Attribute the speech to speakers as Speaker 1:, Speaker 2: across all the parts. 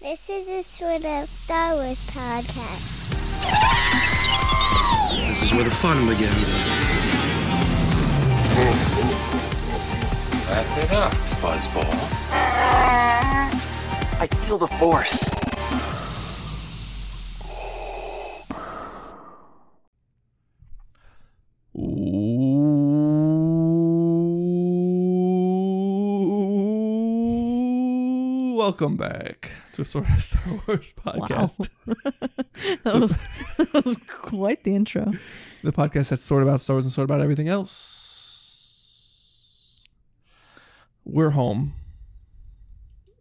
Speaker 1: This is a sort of Star Wars podcast.
Speaker 2: This is where the fun begins.
Speaker 3: Wrap it up, fuzzball.
Speaker 4: I feel the force.
Speaker 5: Welcome back to Sort of Star Wars podcast,
Speaker 6: That was, that was quite the intro.
Speaker 5: the podcast that's sort about Star Wars and sort about everything else. We're home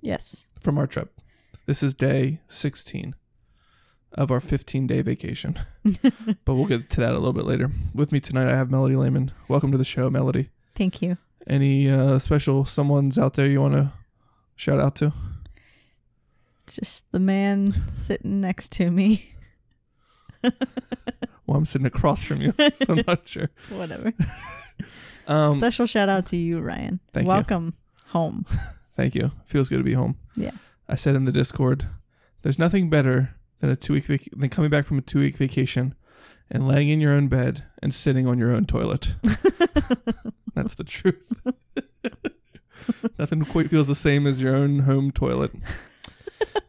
Speaker 6: Yes.
Speaker 5: from our trip. This is day 16 of our 15 day vacation, but we'll get to that a little bit later. With me tonight, I have Melody Lehman. Welcome to the show, Melody.
Speaker 6: Thank you.
Speaker 5: Any uh, special someone's out there you want to shout out to?
Speaker 6: Just the man sitting next to me.
Speaker 5: Well, I'm sitting across from you, so I'm not sure.
Speaker 6: Whatever.
Speaker 5: Um,
Speaker 6: Special shout out to you, Ryan.
Speaker 5: Thank you.
Speaker 6: Welcome home.
Speaker 5: Thank you. Feels good to be home.
Speaker 6: Yeah.
Speaker 5: I said in the Discord, there's nothing better than a two week vac- than coming back from a two week vacation and laying in your own bed and sitting on your own toilet. That's the truth. nothing quite feels the same as your own home toilet.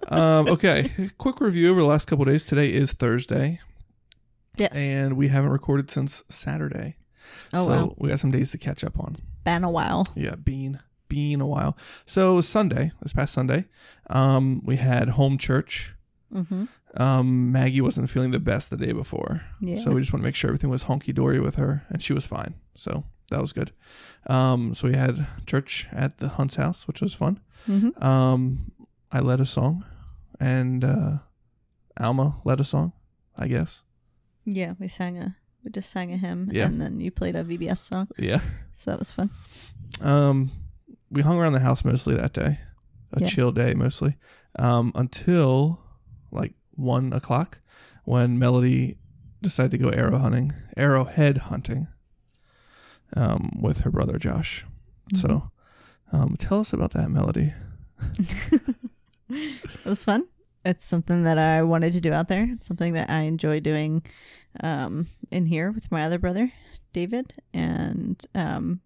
Speaker 5: Um, okay, quick review over the last couple of days. Today is Thursday,
Speaker 6: Yes.
Speaker 5: and we haven't recorded since Saturday.
Speaker 6: oh,
Speaker 5: so
Speaker 6: wow.
Speaker 5: we got some days to catch up on.
Speaker 6: Been a while.
Speaker 5: Yeah, bean bean a while. So it was Sunday, this past Sunday, um, we had home church.
Speaker 6: Mm-hmm.
Speaker 5: Um, Maggie wasn't feeling the best the day before,
Speaker 6: Yeah.
Speaker 5: so we just want to make sure everything was honky dory with her, and she was fine. So that was good. Um, so we had church at the Hunt's house, which was fun.
Speaker 6: Mhm.
Speaker 5: Um, I led a song, and uh, Alma led a song, I guess.
Speaker 6: Yeah, we sang a, we just sang a hymn
Speaker 5: Yeah.
Speaker 6: and then you played a VBS song.
Speaker 5: Yeah.
Speaker 6: So that was fun.
Speaker 5: Um, we hung around the house mostly that day, a
Speaker 6: Yeah.
Speaker 5: chill day mostly, um, until like one o'clock when Melody decided to go arrow hunting, arrowhead hunting, um, with her brother Josh. So,
Speaker 6: Mm-hmm.
Speaker 5: um, tell us about that, Melody.
Speaker 6: It was fun. It's something that I wanted to do out there. It's something that I enjoy doing um, in here with my other brother, David. And um,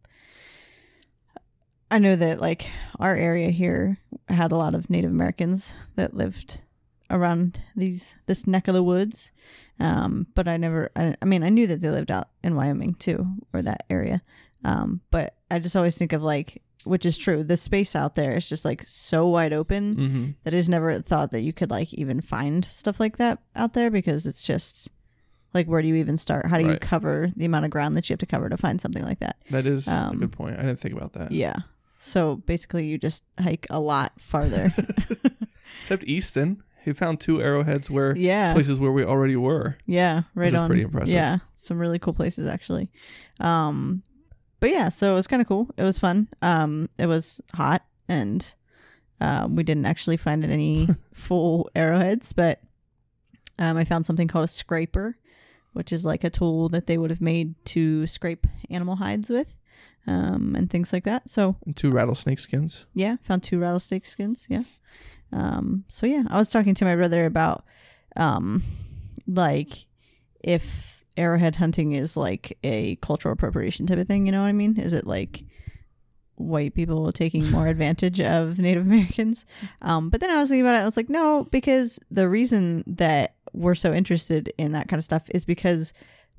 Speaker 6: I know that, like, our area here had a lot of Native Americans that lived around these this neck of the woods um but i never I, I mean i knew that they lived out in wyoming too or that area um but i just always think of like which is true the space out there is just like so wide open
Speaker 5: Mm-hmm.
Speaker 6: that is never a thought that you could like even find stuff like that out there because it's just like where do you even start how do you
Speaker 5: Right.
Speaker 6: cover the amount of ground that you have to cover to find something like that
Speaker 5: That is a
Speaker 6: Um,
Speaker 5: good point. I didn't think about that.
Speaker 6: yeah so basically you just hike a lot farther
Speaker 5: Except Easton, he found two arrowheads where
Speaker 6: yeah
Speaker 5: places where we already were.
Speaker 6: Yeah, right
Speaker 5: is
Speaker 6: on.
Speaker 5: pretty impressive.
Speaker 6: Yeah, some really cool places actually. Um, but yeah, so it was kind of cool. It was fun. Um, it was hot, and um, we didn't actually find any full arrowheads, but um, I found something called a scraper, which is like a tool that they would have made to scrape animal hides with, um, and things like that. So
Speaker 5: And two rattlesnake skins.
Speaker 6: yeah, found two rattlesnake skins. Yeah. Um, so yeah, I was talking to my brother about um, like if arrowhead hunting is like a cultural appropriation type of thing. You know what I mean? Is it like white people taking more advantage of Native Americans? Um, but then I was thinking about it. and I was like, no, because the reason that we're so interested in that kind of stuff is because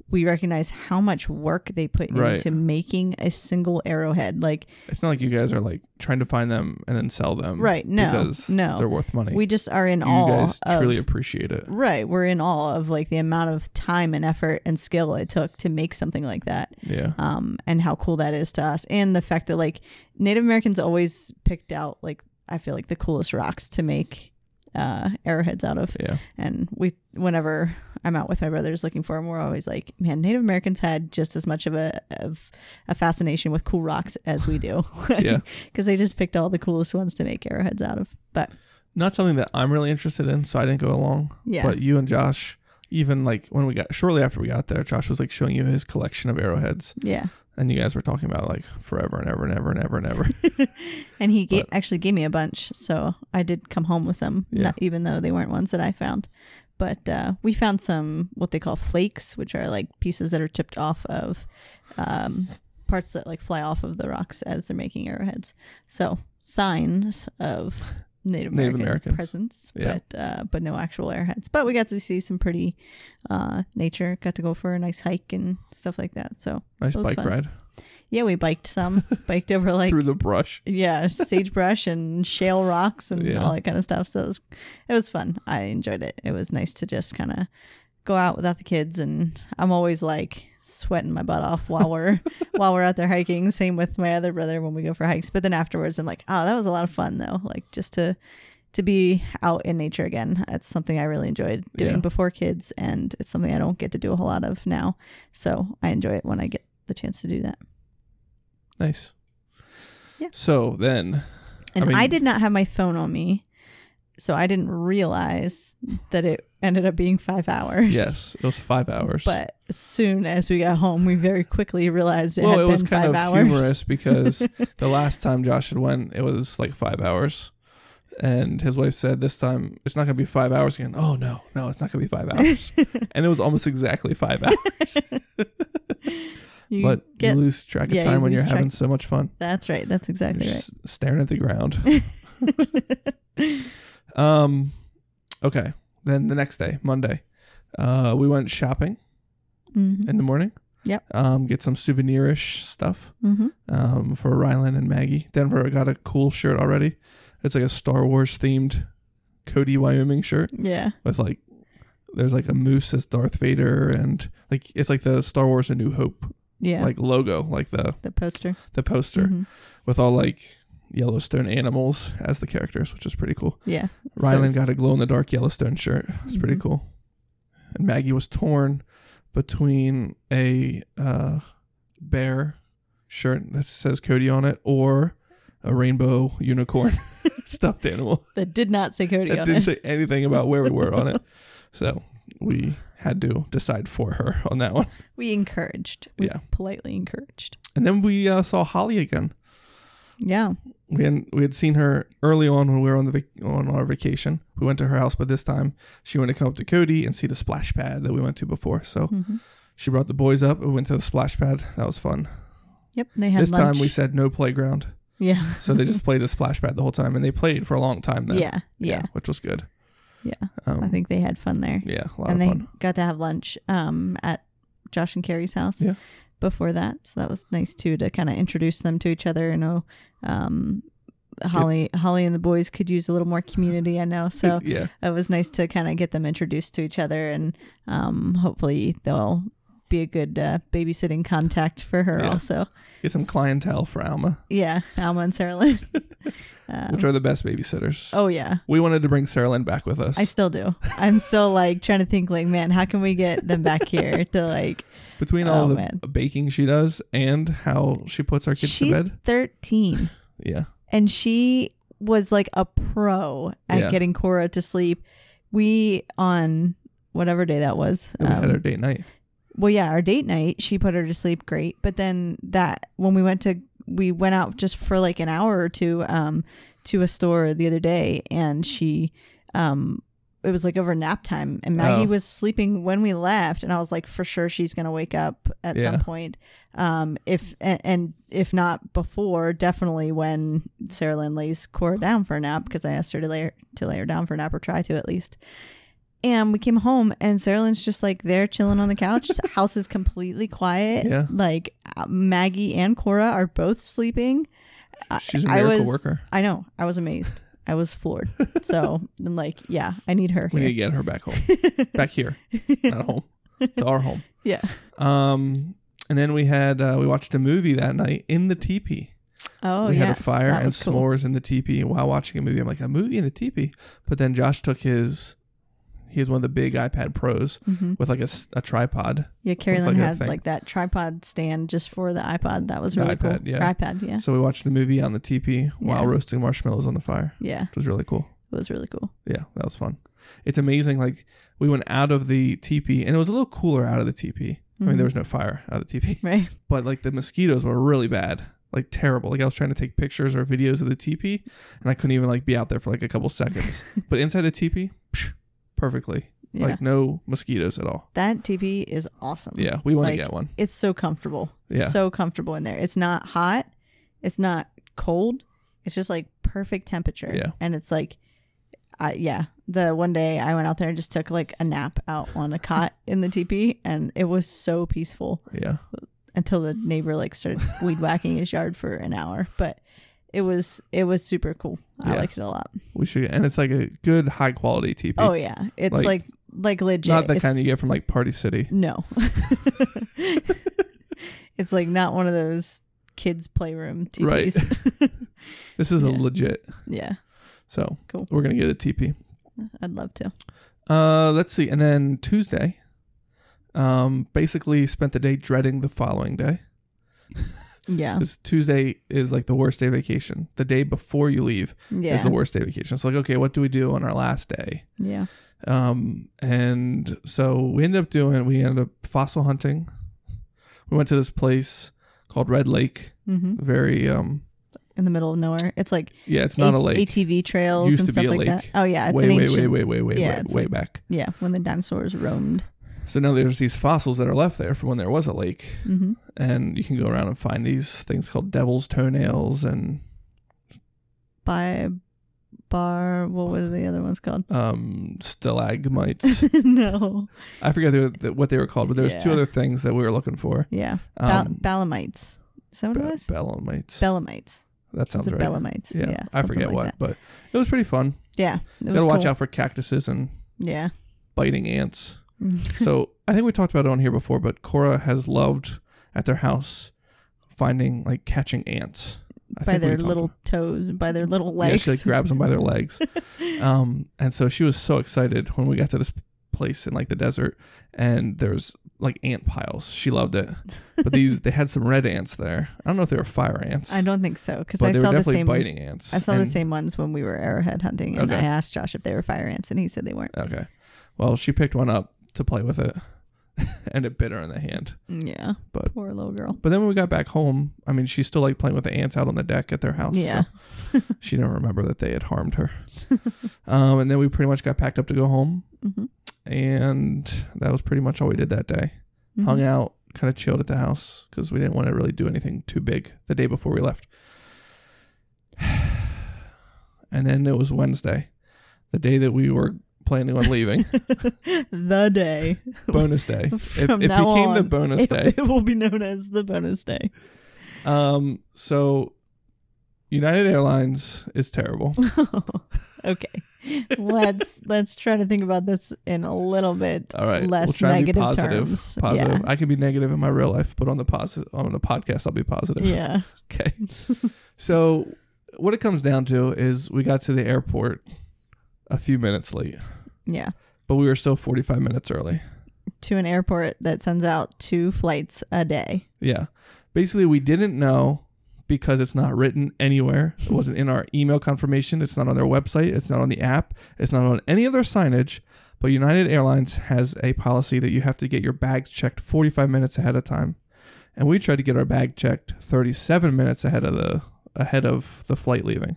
Speaker 6: we recognize how much work they put
Speaker 5: Right.
Speaker 6: into making a single arrowhead. Like
Speaker 5: It's not like you guys are like trying to find them and then sell them.
Speaker 6: Right, no,
Speaker 5: Because
Speaker 6: no.
Speaker 5: they're worth money.
Speaker 6: we just are in
Speaker 5: you
Speaker 6: awe
Speaker 5: guys
Speaker 6: of,
Speaker 5: truly appreciate it.
Speaker 6: right we're in awe of like the amount of time and effort and skill it took to make something like that
Speaker 5: Yeah.
Speaker 6: um and how cool that is to us and the fact that like native americans always picked out like i feel like the coolest rocks to make uh arrowheads out of
Speaker 5: Yeah.
Speaker 6: and we whenever i'm out with my brothers looking for them we're always like man native americans had just as much of a of a fascination with cool rocks as we do
Speaker 5: Yeah.
Speaker 6: because they just picked all the coolest ones to make arrowheads out of but
Speaker 5: Not something that I'm really interested in, so I didn't go along.
Speaker 6: Yeah.
Speaker 5: But you and Josh, even like when we got shortly after we got there, Josh was like showing you his collection of arrowheads,
Speaker 6: Yeah.
Speaker 5: and you guys were talking about like forever and ever and ever and ever and ever.
Speaker 6: And he ga- actually gave me a bunch, so I did come home with some,
Speaker 5: Yeah.
Speaker 6: not, even though they weren't ones that I found. But uh, we found some what they call flakes, which are like pieces that are chipped off of um, parts that like fly off of the rocks as they're making arrowheads. So signs of Native
Speaker 5: Native
Speaker 6: American
Speaker 5: Americans.
Speaker 6: presence,
Speaker 5: Yeah.
Speaker 6: but uh, but no actual airheads. But we got to see some pretty uh, nature. Got to go for a nice hike and stuff like that. So
Speaker 5: nice
Speaker 6: it was
Speaker 5: bike
Speaker 6: fun.
Speaker 5: ride
Speaker 6: Yeah, we biked some, biked over like
Speaker 5: through the brush.
Speaker 6: yeah, sagebrush and shale rocks and
Speaker 5: Yeah.
Speaker 6: all that kind of stuff. So it was, it was fun. I enjoyed it. It was nice to just kind of go out without the kids. And I'm always like sweating my butt off while we're while we're out there hiking. Same with my other brother when we go for hikes. But then afterwards, I'm like, oh, that was a lot of fun though. Like just to to be out in nature again. It's something I really enjoyed doing
Speaker 5: Yeah.
Speaker 6: before kids, and it's something I don't get to do a whole lot of now. So I enjoy it when I get the chance to do that.
Speaker 5: Nice.
Speaker 6: Yeah.
Speaker 5: So then,
Speaker 6: And I,
Speaker 5: mean-
Speaker 6: did not have my phone on me, so I didn't realize that it ended up being five hours.
Speaker 5: yes, it was five hours.
Speaker 6: But as soon as we got home, we very quickly realized it
Speaker 5: well,
Speaker 6: had
Speaker 5: it was
Speaker 6: been
Speaker 5: kind
Speaker 6: five
Speaker 5: of
Speaker 6: hours.
Speaker 5: humorous because the last time Josh had went, it was like five hours, and his wife said this time it's not going to be five hours again. Oh no, no, it's not going to be five hours, and it was almost exactly five hours.
Speaker 6: You
Speaker 5: But
Speaker 6: get-
Speaker 5: you lose track of
Speaker 6: yeah, you
Speaker 5: time when you're
Speaker 6: lose track.
Speaker 5: having so much fun.
Speaker 6: that's right. That's exactly
Speaker 5: You're
Speaker 6: right.
Speaker 5: s- staring at the ground. um, okay. Then the next day, Monday, uh, we went shopping
Speaker 6: Mhm.
Speaker 5: in the morning.
Speaker 6: Yep.
Speaker 5: Um, get some souvenirish stuff
Speaker 6: Mhm.
Speaker 5: um, for Rylan and Maggie. Denver got a cool shirt already. It's like a Star Wars themed Cody Wyoming shirt
Speaker 6: Yeah.
Speaker 5: with like there's like a moose as Darth Vader and like it's like the Star Wars A New Hope
Speaker 6: Yeah.
Speaker 5: like logo like the
Speaker 6: the poster.
Speaker 5: the poster
Speaker 6: Mhm.
Speaker 5: with all like Yellowstone animals as the characters, which is pretty cool.
Speaker 6: Yeah. So
Speaker 5: Rylan
Speaker 6: it's-
Speaker 5: got a glow in the dark Yellowstone shirt. It's pretty
Speaker 6: Mhm.
Speaker 5: cool. And Maggie was torn between a uh, bear shirt that says Cody on it or a rainbow unicorn stuffed animal
Speaker 6: that did not say Cody
Speaker 5: that
Speaker 6: on
Speaker 5: didn't
Speaker 6: it.
Speaker 5: say anything about where we were on it. So we had to decide for her on that one.
Speaker 6: We encouraged. We
Speaker 5: Yeah.
Speaker 6: politely encouraged.
Speaker 5: And then we uh, saw Holly again.
Speaker 6: Yeah.
Speaker 5: we had, we had seen her early on when we were on the vac- on our vacation. We went to her house, but this time she wanted to come up to Cody and see the splash pad that we went to before. So
Speaker 6: Mm-hmm.
Speaker 5: she brought the boys up. We went to the splash pad. That was fun.
Speaker 6: Yep. They had
Speaker 5: this
Speaker 6: lunch.
Speaker 5: time we said no playground,
Speaker 6: Yeah.
Speaker 5: so they just played the splash pad the whole time, and they played for a long time. Then.
Speaker 6: Yeah. Yeah.
Speaker 5: which was good.
Speaker 6: Yeah.
Speaker 5: Um,
Speaker 6: I think they had fun there.
Speaker 5: yeah, a lot
Speaker 6: and
Speaker 5: of
Speaker 6: they
Speaker 5: fun.
Speaker 6: got to have lunch um, at Josh and Carrie's house
Speaker 5: Yeah.
Speaker 6: before that. So that was nice too to kind of introduce them to each other. You know, um, Holly, Holly and the boys could use a little more community. I know, so
Speaker 5: yeah,
Speaker 6: it was nice to kind of get them introduced to each other, and um, hopefully they'll be a good uh, babysitting contact for her
Speaker 5: Yeah.
Speaker 6: also.
Speaker 5: get some clientele for Alma,
Speaker 6: Yeah, Alma and Sarah Lynn. Um,
Speaker 5: which are the best babysitters.
Speaker 6: Oh yeah.
Speaker 5: We wanted to bring Sarah Lynn back with us
Speaker 6: I still do. I'm still like trying to think like, man, how can we get them back here to like
Speaker 5: between all
Speaker 6: Oh,
Speaker 5: the
Speaker 6: man.
Speaker 5: baking she does and how she puts our kids
Speaker 6: she's
Speaker 5: to bed.
Speaker 6: 13.
Speaker 5: Yeah.
Speaker 6: and she was like a pro at
Speaker 5: Yeah.
Speaker 6: getting Cora to sleep. We on whatever day that was.
Speaker 5: And we
Speaker 6: um,
Speaker 5: had our date night.
Speaker 6: well, yeah, our date night, she put her to sleep great. But then that when we went to we went out just for like an hour or two um to a store the other day and she um it was like over nap time and Maggie
Speaker 5: Oh.
Speaker 6: was sleeping when we left and I was like for sure she's going to wake up at
Speaker 5: Yeah.
Speaker 6: some point. Um if and, and if not before, definitely when Sarah Lynn lays Cora down for a nap because I asked her to lay her, to lay her down for a nap or try to at least. And we came home, and Sarah Lynn's just like there chilling on the couch. The house is completely quiet.
Speaker 5: Yeah.
Speaker 6: Like uh, Maggie and Cora are both sleeping. I-
Speaker 5: She's a
Speaker 6: I
Speaker 5: miracle
Speaker 6: was-
Speaker 5: worker.
Speaker 6: I know. I was amazed. I was floored. So I'm like, yeah, I need her.
Speaker 5: We need to
Speaker 6: Here.
Speaker 5: get her back home, back here, not home, to our home.
Speaker 6: Yeah.
Speaker 5: Um, and then we had uh, we watched a movie that night in the teepee.
Speaker 6: Oh,
Speaker 5: we
Speaker 6: yes.
Speaker 5: had a fire
Speaker 6: That
Speaker 5: and
Speaker 6: was cool.
Speaker 5: s'mores in the teepee while watching a movie. I'm like a movie in the teepee, but then Josh took his. He has one of the big iPad Pros
Speaker 6: Mm-hmm.
Speaker 5: with like a, s- a tripod.
Speaker 6: Yeah, Carrie
Speaker 5: Looks
Speaker 6: Lynn
Speaker 5: like a
Speaker 6: had
Speaker 5: thing.
Speaker 6: like that tripod stand just for the iPod. That was
Speaker 5: The
Speaker 6: really cool.
Speaker 5: iPad, yeah.
Speaker 6: iPad, yeah.
Speaker 5: So we watched a movie on the teepee while
Speaker 6: Yeah.
Speaker 5: roasting marshmallows on the fire,
Speaker 6: Yeah.
Speaker 5: which was really cool.
Speaker 6: It was really cool.
Speaker 5: yeah, that was fun. It's amazing. Like we went out of the teepee, and it was a little cooler out of the teepee. I
Speaker 6: Mm-hmm.
Speaker 5: mean, there was no fire out of the teepee,
Speaker 6: Right?
Speaker 5: but like the mosquitoes were really bad, like terrible. Like I was trying to take pictures or videos of the teepee, and I couldn't even like be out there for like a couple seconds. but inside a teepee, psh, perfectly,
Speaker 6: Yeah.
Speaker 5: like no mosquitoes at all.
Speaker 6: that teepee is awesome.
Speaker 5: Yeah, we want
Speaker 6: Like,
Speaker 5: to get one.
Speaker 6: It's so comfortable.
Speaker 5: Yeah.
Speaker 6: So comfortable in there. It's not hot. It's not cold. It's just like perfect temperature.
Speaker 5: Yeah.
Speaker 6: And it's like, I, yeah. The one day I went out there and just took like a nap out on a cot in the teepee and it was so peaceful
Speaker 5: Yeah,
Speaker 6: until the neighbor like started weed whacking his yard for an hour. But it was, it was super cool. I
Speaker 5: Yeah.
Speaker 6: liked it a lot.
Speaker 5: we should. And it's like a good high quality teepee.
Speaker 6: Oh, yeah. It's
Speaker 5: Like-
Speaker 6: like, like, legit.
Speaker 5: Not the
Speaker 6: It's-
Speaker 5: kind you get from like Party City.
Speaker 6: No. it's like not one of those kids' playroom
Speaker 5: Right.
Speaker 6: TVs.
Speaker 5: This is a legit.
Speaker 6: yeah,
Speaker 5: So
Speaker 6: Cool.
Speaker 5: we're gonna get a teepee.
Speaker 6: I'd love to.
Speaker 5: Uh, let's see. And then Tuesday, um, basically spent the day dreading the following day.
Speaker 6: Yeah.
Speaker 5: Because Tuesday is like the worst day of vacation. The day before you leave is
Speaker 6: Yeah.
Speaker 5: the worst day of vacation. It's like, okay, what do we do on our last day?
Speaker 6: Yeah.
Speaker 5: Um, and so we ended up doing, we ended up fossil hunting. We went to this place called Red Lake.
Speaker 6: hmm
Speaker 5: Very, um,
Speaker 6: In the middle of nowhere. It's like
Speaker 5: yeah, it's not
Speaker 6: AT-
Speaker 5: a lake.
Speaker 6: ATV trails
Speaker 5: Used
Speaker 6: and
Speaker 5: to
Speaker 6: stuff
Speaker 5: be a
Speaker 6: like
Speaker 5: lake.
Speaker 6: that. Oh, yeah. It's
Speaker 5: way,
Speaker 6: an
Speaker 5: way,
Speaker 6: ancient.
Speaker 5: way, way, way, way,
Speaker 6: Yeah,
Speaker 5: way,
Speaker 6: it's
Speaker 5: way
Speaker 6: like-
Speaker 5: back.
Speaker 6: Yeah. When the dinosaurs roamed.
Speaker 5: So now there's these fossils that are left there from when there was a lake.
Speaker 6: hmm
Speaker 5: and you can go around and find these things called devil's toenails and
Speaker 6: By bar. What were the other ones called?
Speaker 5: um, stalagmites.
Speaker 6: no.
Speaker 5: I forget the- the- what they were called, but there's two
Speaker 6: Yeah.
Speaker 5: other things that we were looking for.
Speaker 6: Yeah. Ba-
Speaker 5: Um,
Speaker 6: Balamites. Is that what
Speaker 5: be-
Speaker 6: it was?
Speaker 5: Belamites.
Speaker 6: Belamites.
Speaker 5: that sounds
Speaker 6: Those are
Speaker 5: right.
Speaker 6: Belamites.
Speaker 5: yeah,
Speaker 6: Yeah.
Speaker 5: I
Speaker 6: something
Speaker 5: forget
Speaker 6: like
Speaker 5: what,
Speaker 6: that.
Speaker 5: but it was pretty fun.
Speaker 6: Yeah. It
Speaker 5: You
Speaker 6: was
Speaker 5: gotta watch
Speaker 6: cool.
Speaker 5: out for cactuses and
Speaker 6: Yeah.
Speaker 5: biting ants. so I think we talked about it on here before, but Cora has loved at their house finding like catching ants I
Speaker 6: by
Speaker 5: think we
Speaker 6: their
Speaker 5: talked
Speaker 6: little
Speaker 5: about-
Speaker 6: toes, by their little
Speaker 5: Yeah,
Speaker 6: legs.
Speaker 5: she like grabs them by their legs. um, and so she was so excited when we got to this place in like the desert, and there's like ant piles. She loved it, but these they had some red ants there. I don't know if they were fire ants.
Speaker 6: I don't think so because
Speaker 5: but
Speaker 6: I
Speaker 5: they
Speaker 6: saw
Speaker 5: were
Speaker 6: the
Speaker 5: definitely
Speaker 6: same.
Speaker 5: biting ants.
Speaker 6: I saw the
Speaker 5: And-
Speaker 6: same ones when we were arrowhead hunting, and
Speaker 5: Okay.
Speaker 6: I asked Josh if they were fire ants, and he said they weren't.
Speaker 5: Okay, well she picked one up to play with it, and it bit her in the hand.
Speaker 6: Mm, Yeah,
Speaker 5: But-
Speaker 6: poor little girl.
Speaker 5: But then when we got back home, I mean she still liked playing with the ants out on the deck at their house. so
Speaker 6: Yeah, Mm-hmm,
Speaker 5: she didn't remember that they had harmed her. um, and then we pretty much got packed up to go home.
Speaker 6: Mhm.
Speaker 5: And that was pretty much all we did that day.
Speaker 6: mm-hmm.
Speaker 5: Hung out, kind of chilled at the house because we didn't want to really do anything too big the day before we left. and then it was Wednesday, the day that we were planning on leaving.
Speaker 6: the day.
Speaker 5: bonus day. It,
Speaker 6: From
Speaker 5: it
Speaker 6: now
Speaker 5: became the
Speaker 6: on,
Speaker 5: bonus
Speaker 6: it,
Speaker 5: day.
Speaker 6: it will be known as the bonus day.
Speaker 5: Um, so United Airlines is terrible.
Speaker 6: Oh, okay, let's let's try to think about this in a little bit
Speaker 5: All right.
Speaker 6: less
Speaker 5: we'll try and be
Speaker 6: negative
Speaker 5: positive.
Speaker 6: terms.
Speaker 5: Positive. I could be negative in my real life, but on the posi- on the podcast, I'll be positive.
Speaker 6: Yeah,
Speaker 5: Okay. so, what it comes down to is we got to the airport a few minutes late,
Speaker 6: yeah, yeah.
Speaker 5: but we were still 45 minutes early.
Speaker 6: To an airport that sends out two flights a day.
Speaker 5: Yeah. Basically, we didn't know because it's not written anywhere. It wasn't in our email confirmation. It's not on their website. It's not on the app. It's not on any other signage. But United Airlines has a policy that you have to get your bags checked 45 minutes ahead of time. And we tried to get our bag checked 37 minutes ahead of the ahead of the flight leaving.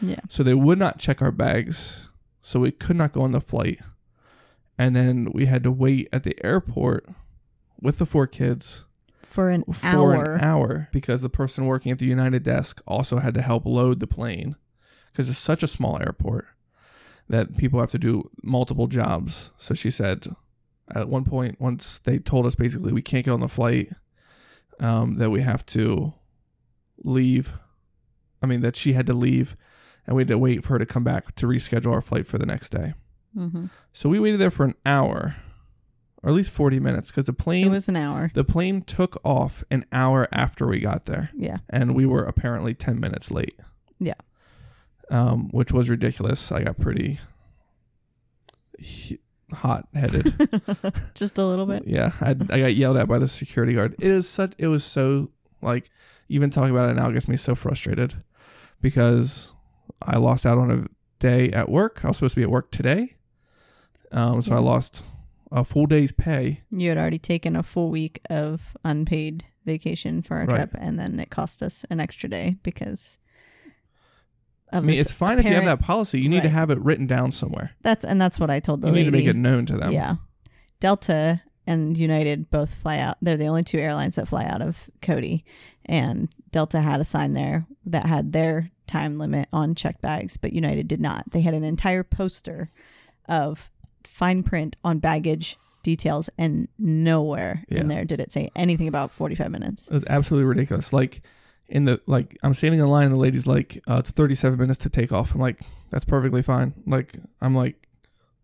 Speaker 6: Yeah.
Speaker 5: So they would not check our bags. So we could not go on the flight. And then we had to wait at the airport with the four kids
Speaker 6: for an
Speaker 5: for
Speaker 6: hour.
Speaker 5: an hour because the person working at the United desk also had to help load the plane because it's such a small airport that people have to do multiple jobs. So she said at one point, once they told us basically we can't get on the flight, um, that we have to leave. I mean, that she had to leave and we had to wait for her to come back to reschedule our flight for the next day.
Speaker 6: hmm
Speaker 5: So we waited there for an hour or at least 40 minutes because the plane
Speaker 6: It was an hour.
Speaker 5: the plane took off an hour after we got there,
Speaker 6: Yeah.
Speaker 5: and we were apparently 10 minutes late.
Speaker 6: Yeah.
Speaker 5: Um, which was ridiculous. I got pretty hot headed.
Speaker 6: Just a little bit.
Speaker 5: yeah. I, I got yelled at by the security guard. It is such, it was so, like, even talking about it now gets me so frustrated because I lost out on a day at work. I was supposed to be at work today, um, so I
Speaker 6: Mm-hmm.
Speaker 5: lost a full day's pay.
Speaker 6: You had already taken a full week of unpaid vacation for our
Speaker 5: Right.
Speaker 6: trip, and then it cost us an extra day because.
Speaker 5: I mean, it's fine if you have that policy. You need to
Speaker 6: Right.
Speaker 5: have it written down somewhere.
Speaker 6: That's and that's what I told the
Speaker 5: You need
Speaker 6: lady.
Speaker 5: to make it known to them.
Speaker 6: Yeah, Delta and United both fly out. They're the only two airlines that fly out of Cody, and Delta had a sign there that had their time limit on checked bags, but United did not. They had an entire poster of fine print on baggage details, and nowhere
Speaker 5: Yeah.
Speaker 6: in there did it say anything about forty-five minutes.
Speaker 5: It was absolutely ridiculous. Like in the like I'm standing in line and the lady's like, uh, it's thirty seven minutes to take off. I'm like, that's perfectly fine. Like I'm like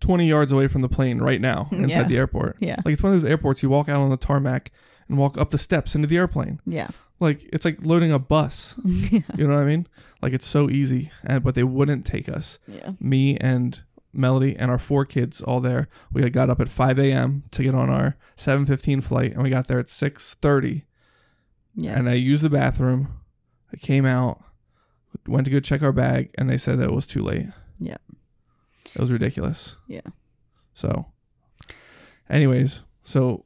Speaker 5: twenty yards away from the plane right now inside
Speaker 6: Yeah.
Speaker 5: the airport.
Speaker 6: Yeah.
Speaker 5: Like it's one of those airports you walk out on the tarmac and walk up the steps into the airplane.
Speaker 6: Yeah,
Speaker 5: Like it's like loading a bus. You know what I mean? Like it's so easy. And but they wouldn't take us.
Speaker 6: yeah,
Speaker 5: Me and Melody and our four kids all there. We had got up at five AM to get on our seven fifteen flight and we got there at six thirty
Speaker 6: yeah.
Speaker 5: and I used the bathroom. I came out, went to go check our bag, and they said that it was too late.
Speaker 6: Yeah.
Speaker 5: It was ridiculous.
Speaker 6: Yeah.
Speaker 5: So, anyways, so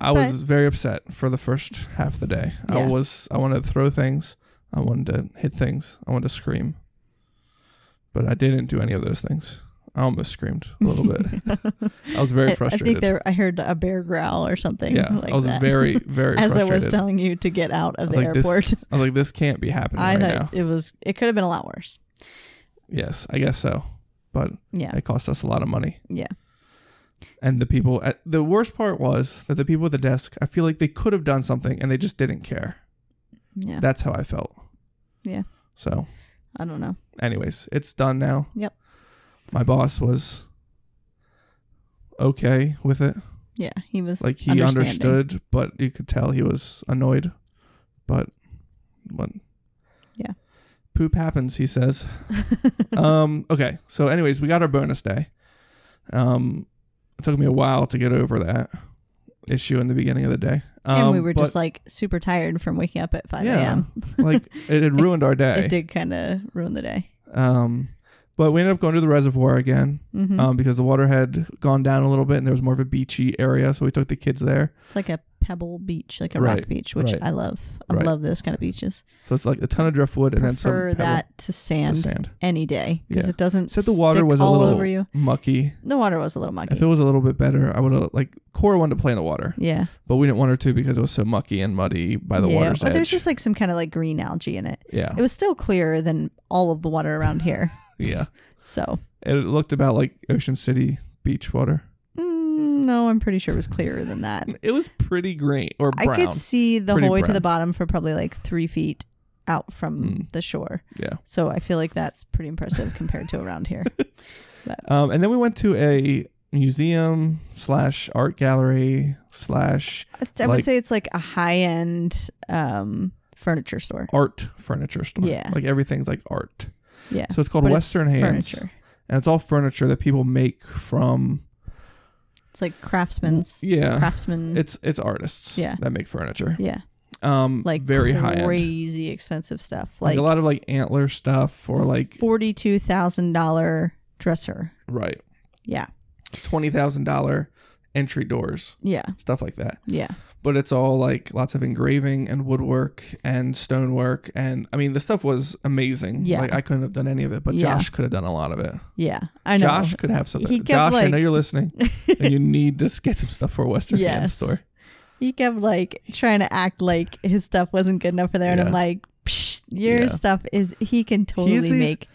Speaker 5: I
Speaker 6: But-
Speaker 5: was very upset for the first half of the day. I
Speaker 6: Yeah.
Speaker 5: was, I wanted to throw things, I wanted to hit things, I wanted to scream. But I didn't do any of those things. I almost screamed a little bit. I was very
Speaker 6: I- I
Speaker 5: frustrated.
Speaker 6: think there, I heard a bear growl or something.
Speaker 5: yeah,
Speaker 6: like
Speaker 5: I was
Speaker 6: that.
Speaker 5: very, very
Speaker 6: As I
Speaker 5: frustrated.
Speaker 6: was telling you to get out
Speaker 5: I
Speaker 6: of
Speaker 5: was
Speaker 6: the
Speaker 5: like,
Speaker 6: airport.
Speaker 5: This, I was like, this can't be happening
Speaker 6: I
Speaker 5: right
Speaker 6: know
Speaker 5: now.
Speaker 6: it was. It could have been a lot worse.
Speaker 5: Yes, I guess so. But
Speaker 6: Yeah,
Speaker 5: it cost us a lot of money.
Speaker 6: yeah,
Speaker 5: And the people at the worst part was that the people at the desk, I feel like they could have done something and they just didn't care.
Speaker 6: yeah.
Speaker 5: That's how I felt.
Speaker 6: Yeah.
Speaker 5: So,
Speaker 6: I don't know.
Speaker 5: anyways, it's done now.
Speaker 6: Yep.
Speaker 5: My boss was okay with it.
Speaker 6: Yeah, he was
Speaker 5: Like he
Speaker 6: understanding.
Speaker 5: understood, but you could tell he was annoyed. But what?
Speaker 6: Yeah.
Speaker 5: Poop happens, he says. um. Okay. So, anyways, we got our bonus day. Um, it took me a while to get over that issue in the beginning of the day. Um,
Speaker 6: and we were just
Speaker 5: but,
Speaker 6: like super tired from waking up at five
Speaker 5: yeah,
Speaker 6: a.m.
Speaker 5: like it had ruined our day.
Speaker 6: It did kind of ruin the day.
Speaker 5: Um, but we ended up going to the reservoir again
Speaker 6: hmm
Speaker 5: um, because the water had gone down a little bit and there was more of a beachy area, so we took the kids there.
Speaker 6: it's like a pebble beach, like a
Speaker 5: Right,
Speaker 6: rock beach, which
Speaker 5: right,
Speaker 6: I love. I
Speaker 5: right.
Speaker 6: love those kind of beaches.
Speaker 5: So it's like a ton of driftwood and then some
Speaker 6: Prefer
Speaker 5: pebble
Speaker 6: that to
Speaker 5: to
Speaker 6: sand,
Speaker 5: sand.
Speaker 6: any day because
Speaker 5: Yeah.
Speaker 6: it doesn't.
Speaker 5: Said the water
Speaker 6: stick
Speaker 5: was a
Speaker 6: all
Speaker 5: little
Speaker 6: over you.
Speaker 5: mucky.
Speaker 6: The water was a little muggy.
Speaker 5: If it was a little bit better, I would have like Cora wanted to play in the water,
Speaker 6: yeah,
Speaker 5: but we didn't want her to because it was so mucky and muddy by the
Speaker 6: yeah.
Speaker 5: water's
Speaker 6: but
Speaker 5: edge.
Speaker 6: there's just like some kind of like green algae in it.
Speaker 5: yeah,
Speaker 6: It was still clearer than all of the water around here.
Speaker 5: yeah.
Speaker 6: So
Speaker 5: It looked about like Ocean City beach water.
Speaker 6: Mm, no, I'm pretty sure it was clearer than that.
Speaker 5: It was pretty green or
Speaker 6: I
Speaker 5: brown.
Speaker 6: could see the
Speaker 5: Pretty
Speaker 6: whole way to
Speaker 5: brown. Hmm.
Speaker 6: the bottom for probably like three feet out from the shore.
Speaker 5: yeah.
Speaker 6: So I feel like that's pretty impressive compared to around here.
Speaker 5: Um, and then we went to a museum slash art gallery slash
Speaker 6: I would
Speaker 5: Like-
Speaker 6: say it's like a high end um, furniture store.
Speaker 5: art furniture store.
Speaker 6: Yeah.
Speaker 5: Like everything's like art.
Speaker 6: Yeah.
Speaker 5: So it's called
Speaker 6: But it's
Speaker 5: Western Hands.
Speaker 6: Furniture.
Speaker 5: And it's all furniture that people make from
Speaker 6: It's like craftsman's.
Speaker 5: Yeah.
Speaker 6: Craftsman.
Speaker 5: it's it's artists
Speaker 6: Mm. Yeah.
Speaker 5: that make furniture.
Speaker 6: yeah.
Speaker 5: Um
Speaker 6: Like
Speaker 5: like very high end.
Speaker 6: crazy expensive stuff.
Speaker 5: Like,
Speaker 6: Like,
Speaker 5: a lot of like antler stuff or like
Speaker 6: $42,000 dresser.
Speaker 5: right.
Speaker 6: Yeah.
Speaker 5: Twenty thousand dollar entry doors.
Speaker 6: Yeah.
Speaker 5: Stuff like that.
Speaker 6: Yeah.
Speaker 5: But it's all like lots of engraving and woodwork and stonework and I mean the stuff was amazing.
Speaker 6: Yeah.
Speaker 5: Like I couldn't have done any of it, but
Speaker 6: Yeah.
Speaker 5: Josh could have done a lot of it.
Speaker 6: Yeah. I know.
Speaker 5: Josh could have something.
Speaker 6: He kept,
Speaker 5: Josh, I know
Speaker 6: like-
Speaker 5: you're listening, and you need to get some stuff for a Western Hand
Speaker 6: Yes.
Speaker 5: store.
Speaker 6: He kept like trying to act like his stuff wasn't good enough for there, and
Speaker 5: Yeah.
Speaker 6: I'm like, Psh, your
Speaker 5: Yeah.
Speaker 6: stuff is. He can totally
Speaker 5: these-
Speaker 6: make.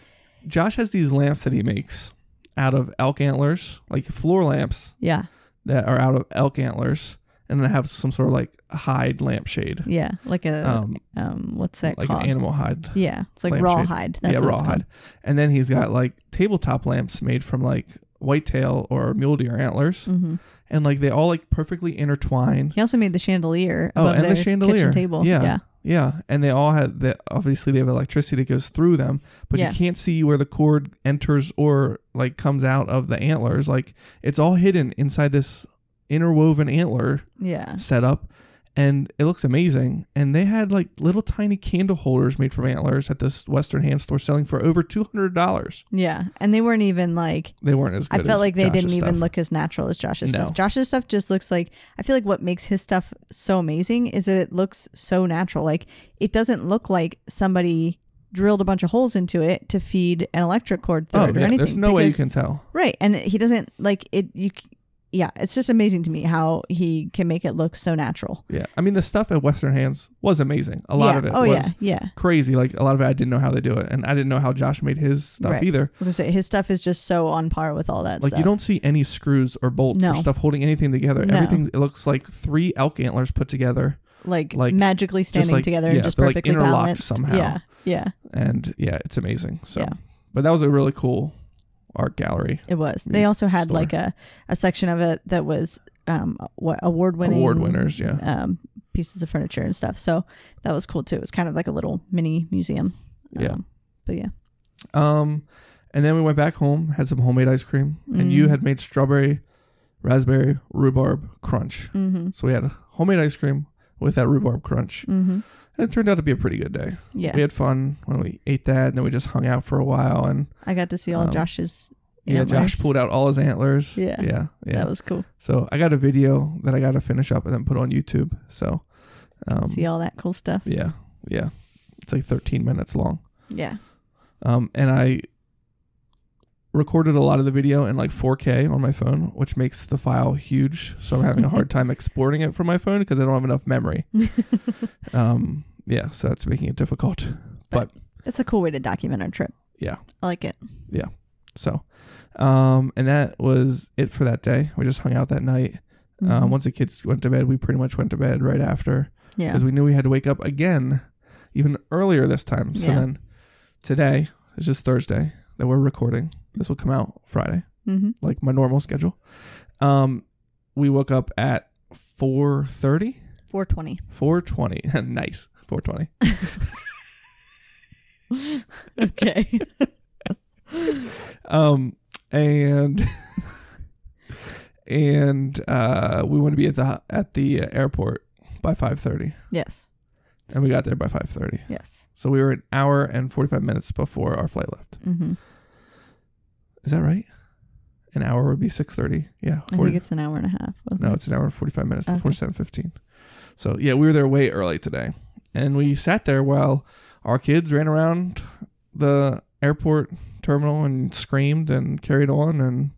Speaker 5: Josh has these lamps that he makes out of elk antlers, like floor lamps
Speaker 6: Yeah,
Speaker 5: that are out of elk antlers, and then have some sort of like hide lampshade,
Speaker 6: yeah, like a um,
Speaker 5: um,
Speaker 6: what's that
Speaker 5: like
Speaker 6: called?
Speaker 5: an animal hide.
Speaker 6: yeah, it's like
Speaker 5: lampshade.
Speaker 6: rawhide. That's
Speaker 5: yeah,
Speaker 6: what it's
Speaker 5: rawhide.
Speaker 6: called.
Speaker 5: And then he's got like tabletop lamps made from like whitetail or mule deer antlers, and like they all like perfectly intertwine.
Speaker 6: Mm-hmm. He also made the chandelier.
Speaker 5: Oh,
Speaker 6: above
Speaker 5: and
Speaker 6: their
Speaker 5: the chandelier
Speaker 6: kitchen table.
Speaker 5: Yeah,
Speaker 6: yeah,
Speaker 5: yeah, And they all had the obviously they have electricity that goes through them, but
Speaker 6: Yeah.
Speaker 5: you can't see where the cord enters or like comes out of the antlers. Like it's all hidden inside this interwoven antler
Speaker 6: yeah.
Speaker 5: setup, and it looks amazing. And they had like little tiny candle holders made from antlers at this Western hand store selling for over two hundred dollars.
Speaker 6: Yeah. And they weren't even like
Speaker 5: They weren't as
Speaker 6: I
Speaker 5: good.
Speaker 6: felt
Speaker 5: as
Speaker 6: like they
Speaker 5: Josh's
Speaker 6: didn't even
Speaker 5: stuff.
Speaker 6: look as natural as Josh's
Speaker 5: No.
Speaker 6: stuff. Josh's stuff just looks like I feel like what makes his stuff so amazing is that it looks so natural. Like it doesn't look like somebody drilled a bunch of holes into it to feed an electric cord through
Speaker 5: Oh
Speaker 6: it or
Speaker 5: yeah,
Speaker 6: anything.
Speaker 5: there's no way you
Speaker 6: because-
Speaker 5: can tell.
Speaker 6: Right, and he doesn't like it. You, c- yeah, it's just amazing to me how he can make it look so natural.
Speaker 5: Yeah, I mean the stuff at Western Hands was amazing. A lot
Speaker 6: yeah.
Speaker 5: of it
Speaker 6: Oh
Speaker 5: was
Speaker 6: yeah, yeah.
Speaker 5: crazy. Like a lot of it, I didn't know how they do it, and I didn't know how Josh made his stuff
Speaker 6: Right.
Speaker 5: either.
Speaker 6: I was gonna say his stuff is just so on par with all that
Speaker 5: Like
Speaker 6: stuff.
Speaker 5: you don't see any screws or bolts
Speaker 6: No.
Speaker 5: or stuff holding anything together.
Speaker 6: No.
Speaker 5: Everything it looks like three elk antlers put together,
Speaker 6: like,
Speaker 5: like-
Speaker 6: magically standing
Speaker 5: like-
Speaker 6: together
Speaker 5: yeah,
Speaker 6: and just
Speaker 5: they're, like,
Speaker 6: perfectly
Speaker 5: interlocked
Speaker 6: balanced
Speaker 5: somehow.
Speaker 6: Yeah, yeah.
Speaker 5: and yeah, it's amazing. So,
Speaker 6: Yeah.
Speaker 5: but that was a really cool art gallery.
Speaker 6: It was.
Speaker 5: Mm,
Speaker 6: They also had
Speaker 5: store.
Speaker 6: like a, a section of it that was um what award winning
Speaker 5: Award winners, yeah.
Speaker 6: um pieces of furniture and stuff. So that was cool too. It was kind of like a little mini museum.
Speaker 5: Yeah.
Speaker 6: Um, but yeah.
Speaker 5: Um, and then we went back home, had some homemade ice cream, and
Speaker 6: Mm.
Speaker 5: you had made strawberry, raspberry, rhubarb crunch.
Speaker 6: Mm-hmm.
Speaker 5: So we had homemade ice cream with that rhubarb crunch,
Speaker 6: Mm-hmm.
Speaker 5: and it turned out to be a pretty good day.
Speaker 6: Yeah.
Speaker 5: We had fun when we ate that, and then we just hung out for a while. And
Speaker 6: I got to see all
Speaker 5: Um,
Speaker 6: Josh's
Speaker 5: yeah,
Speaker 6: antlers.
Speaker 5: Josh pulled out all his antlers.
Speaker 6: Yeah.
Speaker 5: yeah, yeah.
Speaker 6: That was cool.
Speaker 5: so I got a video that I got to finish up and then put on YouTube. So, um,
Speaker 6: see all that cool stuff.
Speaker 5: yeah, yeah, it's like 13 minutes long.
Speaker 6: Yeah.
Speaker 5: um, and I recorded a lot of the video in like 4K on my phone, which makes the file huge. So I'm having a hard time exporting it from my phone because I don't have enough memory. um, yeah, so that's making it difficult. But
Speaker 6: That's a cool way to document our trip.
Speaker 5: Yeah.
Speaker 6: I like it.
Speaker 5: so, um, and that was it for that day. We just hung out that night. Uh,
Speaker 6: Mhm.
Speaker 5: once the kids went to bed, we pretty much went to bed right after
Speaker 6: yeah.
Speaker 5: because we knew we had to wake up again, even earlier this time. So
Speaker 6: Yeah.
Speaker 5: then today is just Thursday that we're recording. This will come out Friday.
Speaker 6: mm-hmm.
Speaker 5: like my normal schedule. Um, we woke up at 4.30,
Speaker 6: 420.
Speaker 5: 4.20. nice, 4.20.
Speaker 6: Okay.
Speaker 5: Um, and and uh, we want to be at the at the airport by 5.30.
Speaker 6: yes.
Speaker 5: And we got there by 5.30.
Speaker 6: Yes.
Speaker 5: So we were an hour and 45 minutes before our flight left.
Speaker 6: Mm-hmm.
Speaker 5: Is that right? An hour would be 6.30. Yeah.
Speaker 6: I think it's an hour and a half. Wasn't
Speaker 5: No,
Speaker 6: it?
Speaker 5: it's an hour and forty five minutes before
Speaker 6: Okay.
Speaker 5: seven fifteen. So yeah, we were there way early today, and we sat there while our kids ran around the airport terminal and screamed and carried on and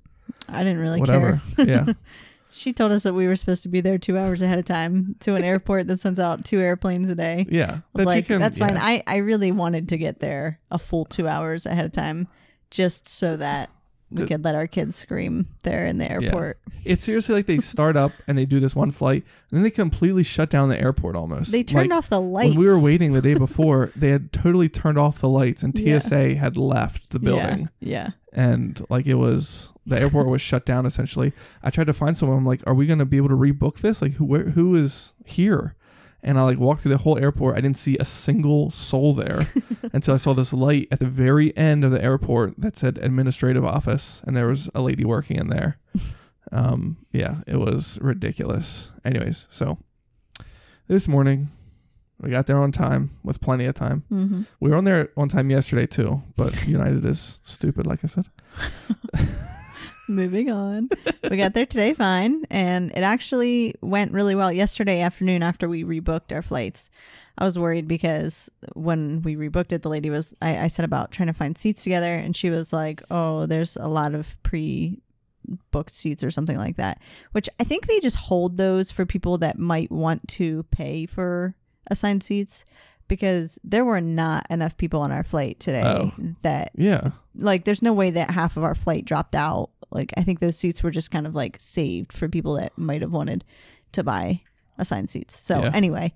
Speaker 6: I didn't really care.
Speaker 5: whatever. yeah,
Speaker 6: She told us that we were supposed to be there two hours ahead of time to an airport that sends out two airplanes a day.
Speaker 5: yeah.
Speaker 6: I was like, that's fine.
Speaker 5: yeah.
Speaker 6: I, I really wanted to get there a full two hours ahead of time just so that we
Speaker 5: The-
Speaker 6: could let our kids scream there in the airport.
Speaker 5: It's seriously like they start up and they do this one flight, and then they completely shut down the airport almost.
Speaker 6: They turned
Speaker 5: Like,
Speaker 6: off the lights.
Speaker 5: When we were waiting the day before, they had totally turned off the lights, and
Speaker 6: Yeah.
Speaker 5: TSA had left the building.
Speaker 6: Yeah.
Speaker 5: and like it was the airport was shut down essentially. I tried to find someone. I'm like, are we gonna be able to rebook this? Like, who where, who is here? And I like walked through the whole airport. I didn't see a single soul there until I saw this light at the very end of the airport that said administrative office, and there was a lady working in there. Um, yeah, it was ridiculous. Anyways, so this morning we got there on time with plenty of time.
Speaker 6: Yeah. hmm
Speaker 5: We were on there on time yesterday too, but United is stupid, like I said.
Speaker 6: Moving on. we got there today fine. And it actually went really well. Yesterday afternoon, after we rebooked our flights, I was worried because when we rebooked it, the lady was, I, I said about trying to find seats together. And she was like, oh, there's a lot of pre booked seats or something like that, which I think they just hold those for people that might want to pay for assigned seats because there were not enough people on our flight today
Speaker 5: Oh.
Speaker 6: that
Speaker 5: Yeah.
Speaker 6: like there's no way that half of our flight dropped out like i think those seats were just kind of like saved for people that might have wanted to buy assigned seats so
Speaker 5: Yeah.
Speaker 6: anyway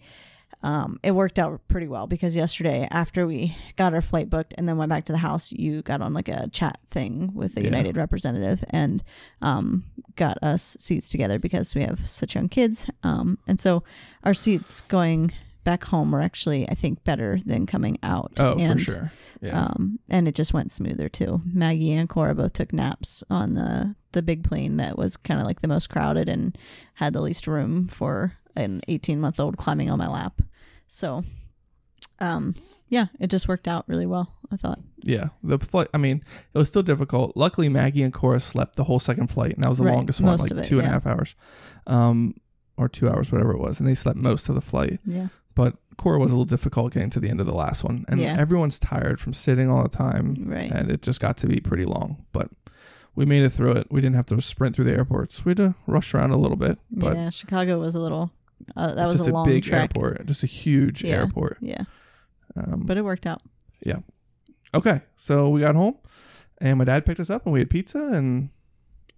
Speaker 6: um, it worked out pretty well because yesterday after we got our flight booked and then went back to the house you got on like a chat thing with a
Speaker 5: Yeah.
Speaker 6: united representative and um, got us seats together because we have such young kids um, and so our seats going back home were actually i think better than coming out
Speaker 5: Oh, for
Speaker 6: And,
Speaker 5: sure. Yeah.
Speaker 6: um, and it just went smoother too. Maggie and Cora both took naps on the the big plane that was kind of like the most crowded and had the least room for an 18 month old climbing on my lap. So, um, yeah, it just worked out really well. I thought.
Speaker 5: Yeah, the flight. I mean, it was still difficult. Luckily, Maggie and Cora slept the whole second flight, and that was the
Speaker 6: Right,
Speaker 5: longest one,
Speaker 6: most
Speaker 5: like
Speaker 6: of it,
Speaker 5: two and a
Speaker 6: yeah.
Speaker 5: half hours, um, or two hours, whatever it was. And they slept most of the flight.
Speaker 6: Yeah.
Speaker 5: But Cora was a little difficult getting to the end of the last one, and
Speaker 6: Yeah.
Speaker 5: everyone's tired from sitting all the time,
Speaker 6: Right.
Speaker 5: and it just got to be pretty long. But we made it through it. We didn't have to sprint through the airports. We had to rush around a little bit, but
Speaker 6: yeah. Chicago was a little. Uh, that
Speaker 5: it's
Speaker 6: was
Speaker 5: just
Speaker 6: a long
Speaker 5: big
Speaker 6: trek.
Speaker 5: airport, just a huge
Speaker 6: Yeah.
Speaker 5: airport.
Speaker 6: Yeah,
Speaker 5: Um,
Speaker 6: but it worked out.
Speaker 5: Okay, so we got home, and my dad picked us up, and we had pizza, and